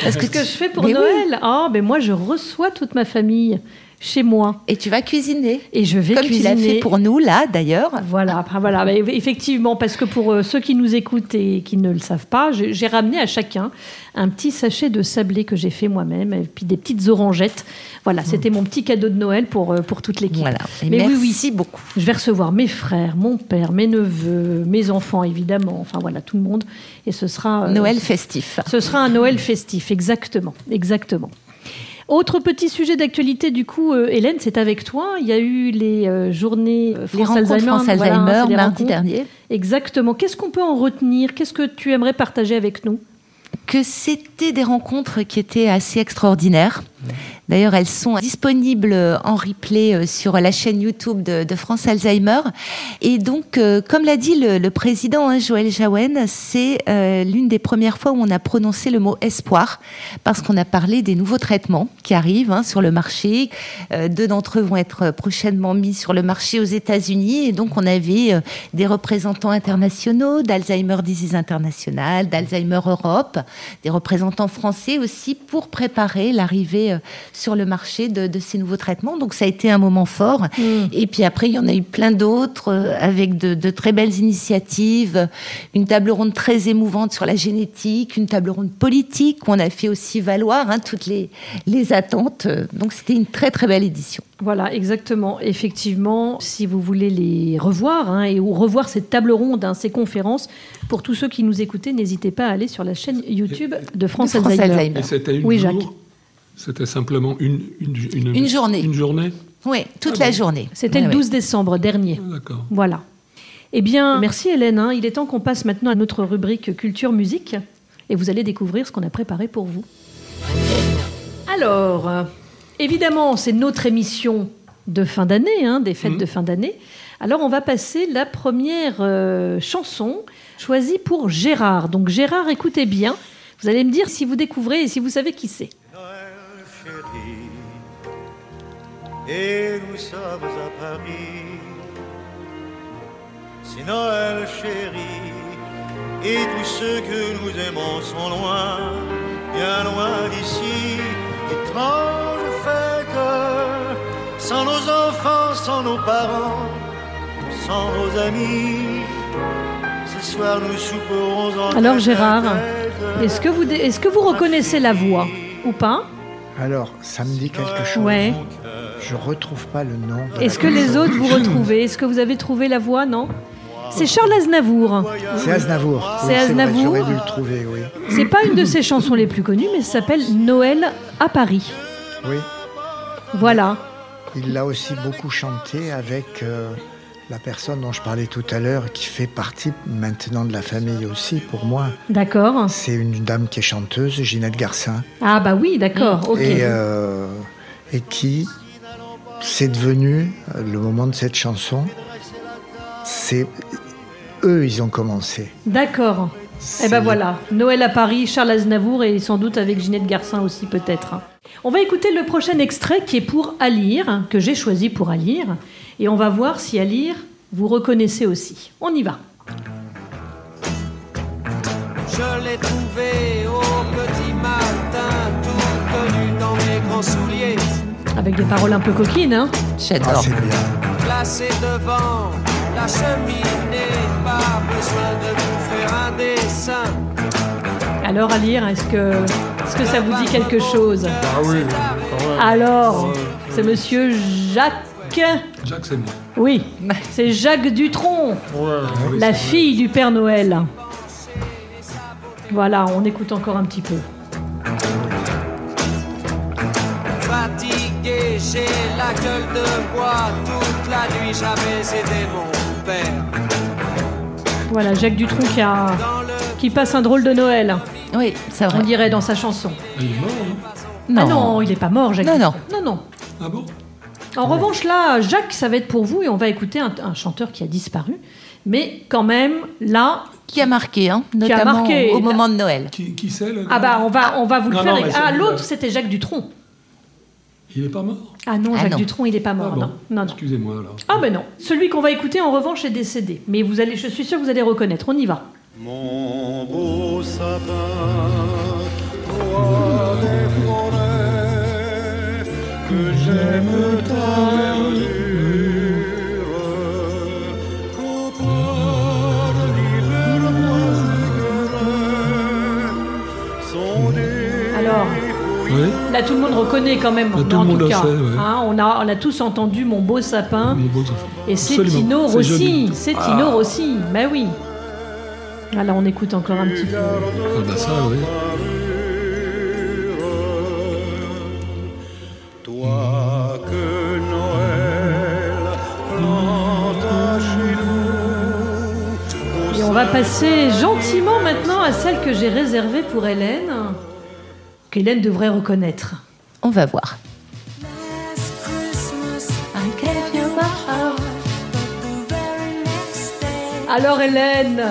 [SPEAKER 3] Parce
[SPEAKER 2] Qu'est-ce que je fais pour
[SPEAKER 3] Mais oui.
[SPEAKER 2] Noël Ah, ben moi, je reçois toute ma famille chez moi
[SPEAKER 3] Et tu vas cuisiner.
[SPEAKER 2] et je vais
[SPEAKER 3] Comme
[SPEAKER 2] cuisiner.
[SPEAKER 3] tu l'as fait pour nous, là, d'ailleurs.
[SPEAKER 2] Voilà, après, voilà. Mais effectivement, parce que pour euh, ceux qui nous écoutent et qui ne le savent pas, j'ai j'ai ramené à chacun un petit sachet de sablé que j'ai fait moi-même, et puis des petites orangettes. Voilà, c'était mon petit cadeau de Noël pour, euh, pour toute l'équipe.
[SPEAKER 3] Voilà. Et
[SPEAKER 2] Mais oui,
[SPEAKER 3] merci
[SPEAKER 2] oui.
[SPEAKER 3] beaucoup.
[SPEAKER 2] Je vais recevoir mes frères, mon père, mes neveux, mes enfants, évidemment. Enfin voilà, tout le monde. Et ce sera euh,
[SPEAKER 3] Noël festif.
[SPEAKER 2] Ce sera un Noël festif, exactement, exactement. Autre petit sujet d'actualité, du coup, euh, Hélène, c'est avec toi. Il y a eu les euh, journées euh,
[SPEAKER 3] Les
[SPEAKER 2] France
[SPEAKER 3] rencontres
[SPEAKER 2] Alzheimer,
[SPEAKER 3] France
[SPEAKER 2] voilà, hein,
[SPEAKER 3] Alzheimer, ben,
[SPEAKER 2] c'est les
[SPEAKER 3] mardi
[SPEAKER 2] rencontres.
[SPEAKER 3] dernier.
[SPEAKER 2] Exactement. Qu'est-ce qu'on peut en retenir Qu'est-ce que tu aimerais partager avec nous
[SPEAKER 3] que c'était des rencontres qui étaient assez extraordinaires. D'ailleurs, elles sont disponibles euh, en replay euh, sur la chaîne YouTube de, de France Alzheimer. Et donc, euh, comme l'a dit le, le président hein, Joël Jaouen, c'est euh, l'une des premières fois où on a prononcé le mot espoir, parce qu'on a parlé des nouveaux traitements qui arrivent hein, sur le marché. Euh, deux d'entre eux vont être prochainement mis sur le marché aux États-Unis. Et donc, on avait euh, des représentants internationaux d'Alzheimer Disease International, d'Alzheimer Europe, des représentants français aussi pour préparer l'arrivée euh, sur le marché de, de ces nouveaux traitements. Donc, ça a été un moment fort.
[SPEAKER 2] Mm.
[SPEAKER 3] Et puis après, il y en a eu plein d'autres euh, avec de, de très belles initiatives. Une table ronde très émouvante sur la génétique, une table ronde politique où on a fait aussi valoir hein, toutes les, les attentes. Donc, c'était une très, très belle édition.
[SPEAKER 2] Voilà, exactement. Effectivement, si vous voulez les revoir hein, et ou revoir cette table ronde, hein, ces conférences, pour tous ceux qui nous écoutaient, n'hésitez pas à aller sur la chaîne YouTube de France,
[SPEAKER 3] France
[SPEAKER 2] Alzheimer.
[SPEAKER 3] Alzheimer.
[SPEAKER 4] Et c'était une
[SPEAKER 2] Oui,
[SPEAKER 4] jour-
[SPEAKER 2] Jacques.
[SPEAKER 4] C'était simplement une, une,
[SPEAKER 3] Une journée.
[SPEAKER 4] Une journée
[SPEAKER 3] Oui, toute la journée.
[SPEAKER 2] Ah C'était
[SPEAKER 3] Ouais,
[SPEAKER 2] le
[SPEAKER 3] ouais.
[SPEAKER 2] 12 décembre dernier.
[SPEAKER 4] Ah, D'accord.
[SPEAKER 2] Voilà. Eh bien, merci Hélène. hein. Il est temps qu'on passe maintenant à notre rubrique culture musique et vous allez découvrir ce qu'on a préparé pour vous. Alors, euh, évidemment, c'est notre émission de fin d'année, hein, des fêtes de fin d'année. Alors, on va passer la première euh, chanson choisie pour Gérard. Donc, Gérard, écoutez bien. Vous allez me dire si vous découvrez et si vous savez qui c'est.
[SPEAKER 7] Noël, chérie, et nous sommes à Paris. C'est Noël, chérie, et tous ceux que nous aimons sont loin, bien loin d'ici. Étrange fait que, sans nos enfants, sans nos parents, sans nos amis, ce soir nous souperons en
[SPEAKER 2] Alors,
[SPEAKER 7] tête à
[SPEAKER 2] Gérard,
[SPEAKER 7] tête.
[SPEAKER 2] Est-ce que, vous dé- est-ce que vous reconnaissez la voix ou pas
[SPEAKER 6] Alors, ça me dit quelque chose.
[SPEAKER 2] Ouais.
[SPEAKER 6] Je retrouve pas le nom. de la
[SPEAKER 2] Est-ce que les
[SPEAKER 6] personne.
[SPEAKER 2] autres vous retrouvez Est-ce que vous avez trouvé la voix Non C'est Charles Aznavour.
[SPEAKER 6] C'est Aznavour.
[SPEAKER 2] C'est
[SPEAKER 6] Oui, vrai,
[SPEAKER 2] Aznavour.
[SPEAKER 6] J'aurais dû le trouver, oui.
[SPEAKER 2] C'est pas une de ses chansons les plus connues, mais ça s'appelle Noël à Paris.
[SPEAKER 6] Oui.
[SPEAKER 2] Voilà.
[SPEAKER 6] Il l'a aussi beaucoup chanté avec euh, la personne dont je parlais tout à l'heure, qui fait partie maintenant de la famille aussi pour moi.
[SPEAKER 2] D'accord.
[SPEAKER 6] C'est une dame qui est chanteuse, Ginette Garcin,
[SPEAKER 2] Ah bah oui, d'accord. Ok.
[SPEAKER 6] et, euh, et qui c'est devenu euh, le moment de cette chanson. C'est eux, ils ont commencé.
[SPEAKER 2] D'accord. Eh
[SPEAKER 6] C'est-
[SPEAKER 2] ben voilà, Noël à Paris, Charles Aznavour et sans doute avec Ginette Garcin aussi peut-être. On va écouter le prochain extrait qui est pour Alire, que j'ai choisi pour Alire, et on va voir si Alire vous reconnaissez aussi. On y va.
[SPEAKER 8] Je l'ai trouvé au petit matin, tout connu dans mes grands souliers,
[SPEAKER 2] Avec des paroles un peu coquines, hein
[SPEAKER 6] Ah,
[SPEAKER 3] J'adore.
[SPEAKER 6] c'est bien.
[SPEAKER 8] placé devant la cheminée. Pas besoin de vous faire un dessin.
[SPEAKER 2] Alors Alire, est-ce que, est-ce que ça vous dit quelque chose
[SPEAKER 5] Ah oui, oui, quand même.
[SPEAKER 2] Alors, c'est monsieur Jacques...
[SPEAKER 4] Jacques, c'est moi.
[SPEAKER 2] Oui, c'est Jacques Dutronc
[SPEAKER 5] Ouais.
[SPEAKER 2] La fille du Père Noël. Voilà, on écoute encore un petit peu.
[SPEAKER 8] Fatigué, j'ai la gueule de bois. Toute la nuit, j'avais aidé mon père.
[SPEAKER 2] Voilà, Jacques Dutronc qui, a-
[SPEAKER 8] Dans le
[SPEAKER 2] qui passe un drôle de Noël,
[SPEAKER 3] Oui, c'est
[SPEAKER 2] on
[SPEAKER 3] vrai.
[SPEAKER 2] dirait dans sa chanson.
[SPEAKER 4] Il est mort, hein
[SPEAKER 3] Non.
[SPEAKER 2] Ah non, il n'est pas mort, Jacques
[SPEAKER 3] Non,
[SPEAKER 2] Dutronc. Non, non.
[SPEAKER 4] Ah bon
[SPEAKER 2] En revanche, là, Jacques, ça va être pour vous et on va écouter un, un chanteur qui a disparu. Mais quand même, là,
[SPEAKER 3] Qui a marqué, hein,
[SPEAKER 2] a
[SPEAKER 3] notamment
[SPEAKER 2] marqué,
[SPEAKER 3] au
[SPEAKER 2] la-
[SPEAKER 3] moment de Noël.
[SPEAKER 4] Qui, qui c'est le gars
[SPEAKER 2] ah bah, on va, on va vous le
[SPEAKER 4] Non,
[SPEAKER 2] faire.
[SPEAKER 4] non,
[SPEAKER 2] éc-
[SPEAKER 4] mais
[SPEAKER 2] ah,
[SPEAKER 4] c'est-
[SPEAKER 2] l'autre, c'était Jacques Dutronc.
[SPEAKER 4] Il est pas mort
[SPEAKER 2] Ah non,
[SPEAKER 3] Ah
[SPEAKER 2] Jacques
[SPEAKER 3] non.
[SPEAKER 2] Dutronc, il n'est pas
[SPEAKER 4] Ah
[SPEAKER 2] mort.
[SPEAKER 4] bon.
[SPEAKER 2] non, non, non.
[SPEAKER 4] Excusez-moi alors.
[SPEAKER 2] Ah ben non. Celui qu'on va écouter, en revanche, est décédé. Mais vous allez, je suis sûre que vous allez reconnaître. On y va.
[SPEAKER 7] Mon beau sapin, roi des forêts, que j'aime ta verdure, qu'au port de l'hiver moisegueux, sont des
[SPEAKER 2] Alors,
[SPEAKER 4] Oui
[SPEAKER 2] là tout le monde reconnaît quand même.
[SPEAKER 4] Là, tout
[SPEAKER 2] en
[SPEAKER 4] le monde
[SPEAKER 2] tout
[SPEAKER 4] le
[SPEAKER 2] cas,
[SPEAKER 4] sait, ouais.
[SPEAKER 2] hein, on, a, on a tous entendu mon beau sapin.
[SPEAKER 4] Mon beau-
[SPEAKER 2] Et c'est
[SPEAKER 4] Absolument.
[SPEAKER 2] Tino
[SPEAKER 4] C'est
[SPEAKER 2] Rossi.
[SPEAKER 4] joli. Ah.
[SPEAKER 2] C'est Tino Rossi. Ben oui. Ah, là, on écoute encore un petit peu.
[SPEAKER 4] Ah bah ça, oui.
[SPEAKER 7] Toi que Noël planta chez nous, au
[SPEAKER 2] Et on va passer gentiment maintenant à celle que j'ai réservée pour Hélène, qu'Hélène devrait reconnaître.
[SPEAKER 3] On va voir.
[SPEAKER 9] Last Christmas,
[SPEAKER 3] I gave you my heart.
[SPEAKER 9] but the very next day,
[SPEAKER 2] Alors Hélène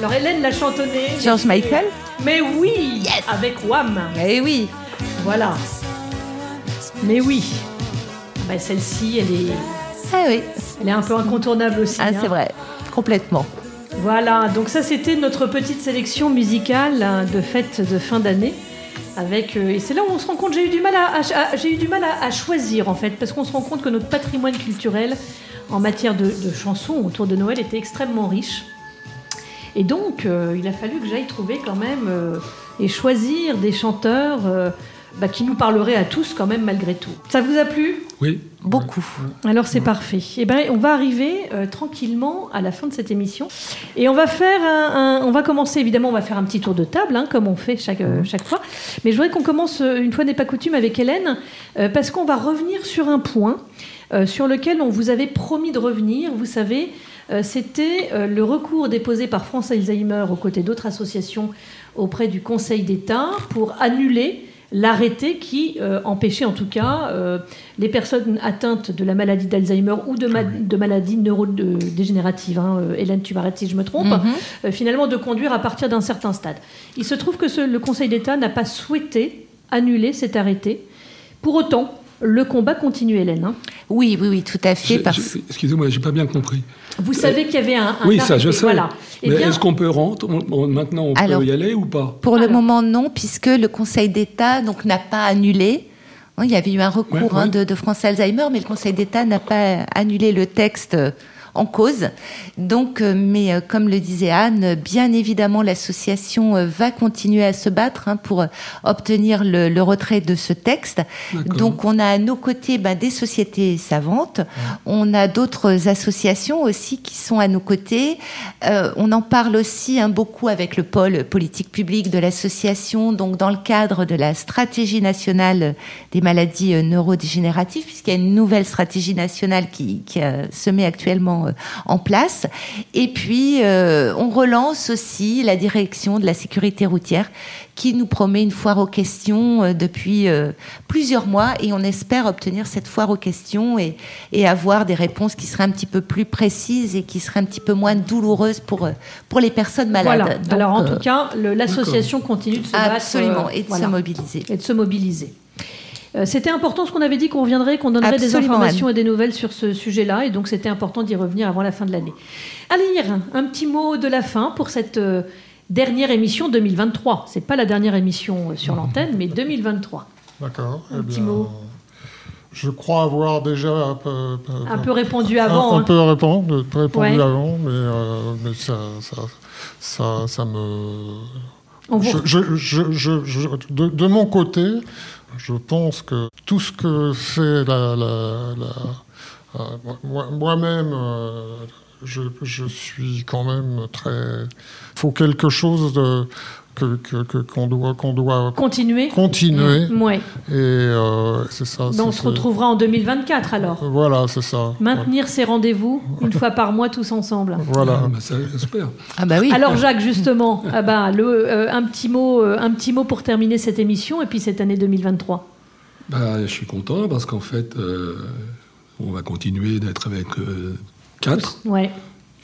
[SPEAKER 2] Alors Hélène l'a chantonnée.
[SPEAKER 3] George Michael
[SPEAKER 2] Mais oui Avec Wham
[SPEAKER 3] Eh oui.
[SPEAKER 2] Voilà. Mais oui. Ah bah, Celle-ci, elle est,
[SPEAKER 3] Ah oui.
[SPEAKER 2] elle est un peu incontournable aussi.
[SPEAKER 3] Ah,
[SPEAKER 2] hein.
[SPEAKER 3] c'est vrai. Complètement.
[SPEAKER 2] Voilà, donc ça c'était notre petite sélection musicale hein, de fête de fin d'année. Avec, euh, et c'est là où on se rend compte, j'ai eu du mal, à, à- à- j'ai eu du mal à, à choisir en fait, parce qu'on se rend compte que notre patrimoine culturel en matière de, de chansons autour de Noël était extrêmement riche. Et donc euh, il a fallu que j'aille trouver quand même euh, et choisir des chanteurs euh, bah, qui nous parleraient à tous quand même malgré tout. Ça vous a plu
[SPEAKER 4] Oui.
[SPEAKER 3] Beaucoup.
[SPEAKER 2] alors c'est parfait. Eh ben, on va arriver euh, tranquillement à la fin de cette émission et on va faire un, un- on va commencer évidemment on va faire un petit tour de table hein, comme on fait chaque euh, chaque fois. Mais je voudrais qu'on commence euh, une fois n'est pas coutume avec Hélène euh, parce qu'on va revenir sur un point euh, sur lequel on vous avait promis de revenir. Vous savez, euh, c'était euh, le recours déposé par France Alzheimer aux côtés d'autres associations auprès du Conseil d'État pour annuler l'arrêté qui euh, empêchait en tout cas euh, les personnes atteintes de la maladie d'Alzheimer ou de,
[SPEAKER 4] Ah
[SPEAKER 2] ma- de maladies neurodégénératives, hein, euh, Hélène, tu m'arrêtes si je me trompe,
[SPEAKER 3] Mhm.
[SPEAKER 2] euh, finalement de conduire à partir d'un certain stade. Il se trouve que ce- le Conseil d'État n'a pas souhaité annuler cet arrêté. Pour autant, le combat continue, Hélène. hein.
[SPEAKER 3] Oui, oui, oui, tout à fait.
[SPEAKER 4] J'ai-
[SPEAKER 3] Parce...
[SPEAKER 4] j'ai- Excusez-moi, j'ai pas bien compris.
[SPEAKER 2] Vous savez qu'il y avait un, un
[SPEAKER 4] Euh, oui, ça, je
[SPEAKER 2] arrêté,
[SPEAKER 4] sais.
[SPEAKER 2] Voilà. Eh
[SPEAKER 4] Mais
[SPEAKER 2] bien,
[SPEAKER 4] est-ce qu'on peut rentrer on- on- Maintenant, on
[SPEAKER 3] Alors.
[SPEAKER 4] peut y aller ou pas
[SPEAKER 3] Pour le
[SPEAKER 2] Alors.
[SPEAKER 3] moment, non, puisque le Conseil d'État donc n'a pas annulé. Hein, Il y avait eu un recours
[SPEAKER 4] Ouais, ouais.
[SPEAKER 3] hein, de, de France Alzheimer, mais le Conseil d'État n'a pas annulé le texte en cause. Donc, euh, mais euh, comme le disait Anne, bien évidemment, l'association euh, va continuer à se battre hein, pour euh, obtenir le, le retrait de ce texte.
[SPEAKER 4] D'accord.
[SPEAKER 3] Donc, on a à nos côtés ben, des sociétés savantes, on a d'autres associations aussi qui sont à nos côtés. Euh, on en parle aussi hein, beaucoup avec le pôle politique publique de l'association, donc dans le cadre de la stratégie nationale des maladies euh, neurodégénératives, puisqu'il y a une nouvelle stratégie nationale qui, qui, euh, se met actuellement euh, en place. Et puis, euh, on relance aussi la direction de la sécurité routière qui nous promet une foire aux questions euh, depuis euh, plusieurs mois et on espère obtenir cette foire aux questions et, et avoir des réponses qui seraient un petit peu plus précises et qui seraient un petit peu moins douloureuses pour, euh, pour les personnes malades.
[SPEAKER 2] Voilà.
[SPEAKER 3] Donc,
[SPEAKER 2] Alors en
[SPEAKER 3] euh,
[SPEAKER 2] tout cas, le- l'association continue de se battre,
[SPEAKER 3] absolument,
[SPEAKER 2] euh,
[SPEAKER 3] et de
[SPEAKER 2] voilà,
[SPEAKER 3] se mobiliser.
[SPEAKER 2] et de se mobiliser. Euh, C'était important ce qu'on avait dit qu'on reviendrait, qu'on donnerait des
[SPEAKER 3] Absolument,
[SPEAKER 2] informations et des nouvelles sur ce sujet-là, et donc c'était important d'y revenir avant la fin de l'année. Aline, un petit mot de la fin pour cette euh, dernière émission 2023. C'est pas la dernière émission euh, sur l'antenne, mais 2023.
[SPEAKER 5] D'accord.
[SPEAKER 2] Un
[SPEAKER 5] eh
[SPEAKER 2] petit
[SPEAKER 5] bien,
[SPEAKER 2] mot.
[SPEAKER 5] Je crois avoir déjà un peu,
[SPEAKER 2] Un peu répondu avant.
[SPEAKER 5] un,
[SPEAKER 2] hein.
[SPEAKER 5] peu répondu, répondu
[SPEAKER 2] Ouais.
[SPEAKER 5] avant, mais, euh, mais ça, ça, ça, ça me.
[SPEAKER 2] On vous-
[SPEAKER 5] Je- je- je- je- je- de, de mon côté, je pense que tout ce que fait la, la- la- euh, moi- moi-même, euh, je, je suis quand même très. Il faut quelque chose de que que- que- qu'on doit qu'on doit
[SPEAKER 2] Continuer.
[SPEAKER 5] continuer.
[SPEAKER 2] Ouais.
[SPEAKER 5] Et euh, c'est ça.
[SPEAKER 2] Mm. Ben, on
[SPEAKER 5] c'est-
[SPEAKER 2] se retrouvera en 2024 alors.
[SPEAKER 5] Voilà, c'est ça.
[SPEAKER 2] Maintenir ces rendez-vous une fois par mois tous ensemble.
[SPEAKER 5] Voilà.
[SPEAKER 4] Ah, bah, ça, j'espère.
[SPEAKER 3] Ah bah oui.
[SPEAKER 2] Alors Jacques, justement, ah bah, le, euh, un, petit mot, euh, un petit mot pour terminer cette émission et puis cette année 2023.
[SPEAKER 4] Bah, je suis content parce qu'en fait, euh, on va continuer d'être avec euh, quatre.
[SPEAKER 2] Ouais.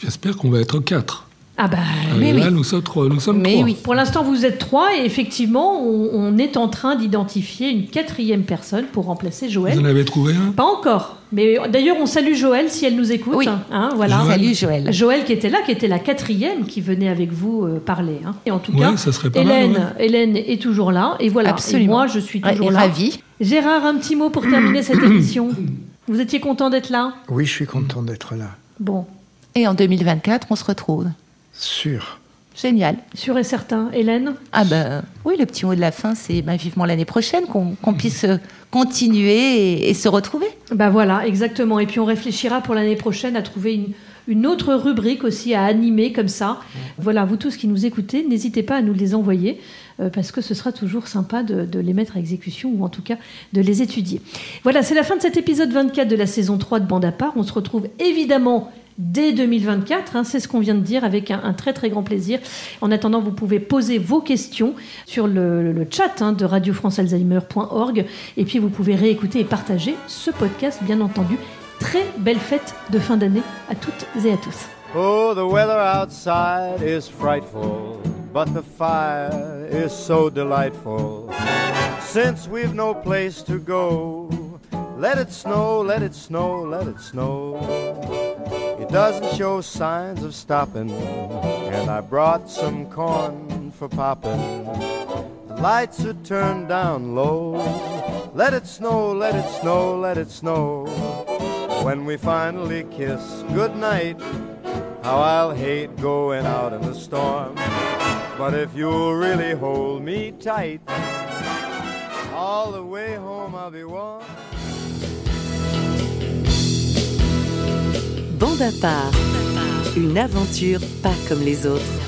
[SPEAKER 4] J'espère qu'on va être quatre.
[SPEAKER 2] Ah bah
[SPEAKER 3] Mais
[SPEAKER 4] Et là,
[SPEAKER 3] oui.
[SPEAKER 4] nous sommes trois. Nous sommes
[SPEAKER 3] Mais
[SPEAKER 4] trois.
[SPEAKER 3] oui.
[SPEAKER 2] pour l'instant vous êtes trois et effectivement on, on est en train d'identifier une quatrième personne pour remplacer
[SPEAKER 4] Vous en
[SPEAKER 2] Joël.
[SPEAKER 4] avez trouvé un
[SPEAKER 2] Pas encore, mais d'ailleurs on salue Joël si elle nous écoute.
[SPEAKER 3] Oui.
[SPEAKER 2] Hein, voilà.
[SPEAKER 3] Salut Joël.
[SPEAKER 2] Joël qui était là, qui était la quatrième qui venait avec vous euh, parler. hein. Et en tout
[SPEAKER 4] Ouais,
[SPEAKER 2] cas,
[SPEAKER 4] ça serait pas
[SPEAKER 2] Hélène,
[SPEAKER 4] mal. ouais.
[SPEAKER 2] Hélène est toujours là. Et voilà, Et
[SPEAKER 3] Absolument.
[SPEAKER 2] moi je suis
[SPEAKER 3] Ouais,
[SPEAKER 2] toujours
[SPEAKER 3] et
[SPEAKER 2] là.
[SPEAKER 3] ravie.
[SPEAKER 2] Gérard, un petit mot pour terminer cette émission. Vous étiez content d'être là
[SPEAKER 6] Oui, je suis content d'être là.
[SPEAKER 2] Bon,
[SPEAKER 3] Et en 2024, on se retrouve.
[SPEAKER 6] Sûr.
[SPEAKER 3] Génial.
[SPEAKER 2] sûr et certain. Hélène
[SPEAKER 3] Ah ben oui, le petit mot de la fin, c'est bah, vivement l'année prochaine qu'on qu'on puisse euh, continuer et, et se retrouver.
[SPEAKER 2] Ben voilà, exactement. Et puis on réfléchira pour l'année prochaine à trouver une, une autre rubrique aussi à animer comme ça. Voilà, vous tous qui nous écoutez, n'hésitez pas à nous les envoyer euh, parce que ce sera toujours sympa de, de les mettre à exécution ou en tout cas de les étudier. Voilà, c'est la fin de cet épisode 24 de la saison 3 de Bande à part. On se retrouve évidemment dès 2024, hein, c'est ce qu'on vient de dire avec un, un très très grand plaisir. En attendant, vous pouvez poser vos questions sur le, le chat hein, de radiofrancealzheimer.org et puis vous pouvez réécouter et partager ce podcast, bien entendu. Très belle fête de fin d'année à toutes et à tous.
[SPEAKER 7] Oh, the weather outside is frightful, but the fire is so delightful. Since we've no place to go, let it snow, let it snow, let it snow. It doesn't show signs of stopping, and I brought some corn for popping. The lights are turned down low. Let it snow, let it snow, let it snow. When we finally kiss goodnight, how I'll hate going out in the storm. But if you'll really hold me tight, all the way home I'll be warm.
[SPEAKER 1] Bande à part, une aventure pas comme les autres.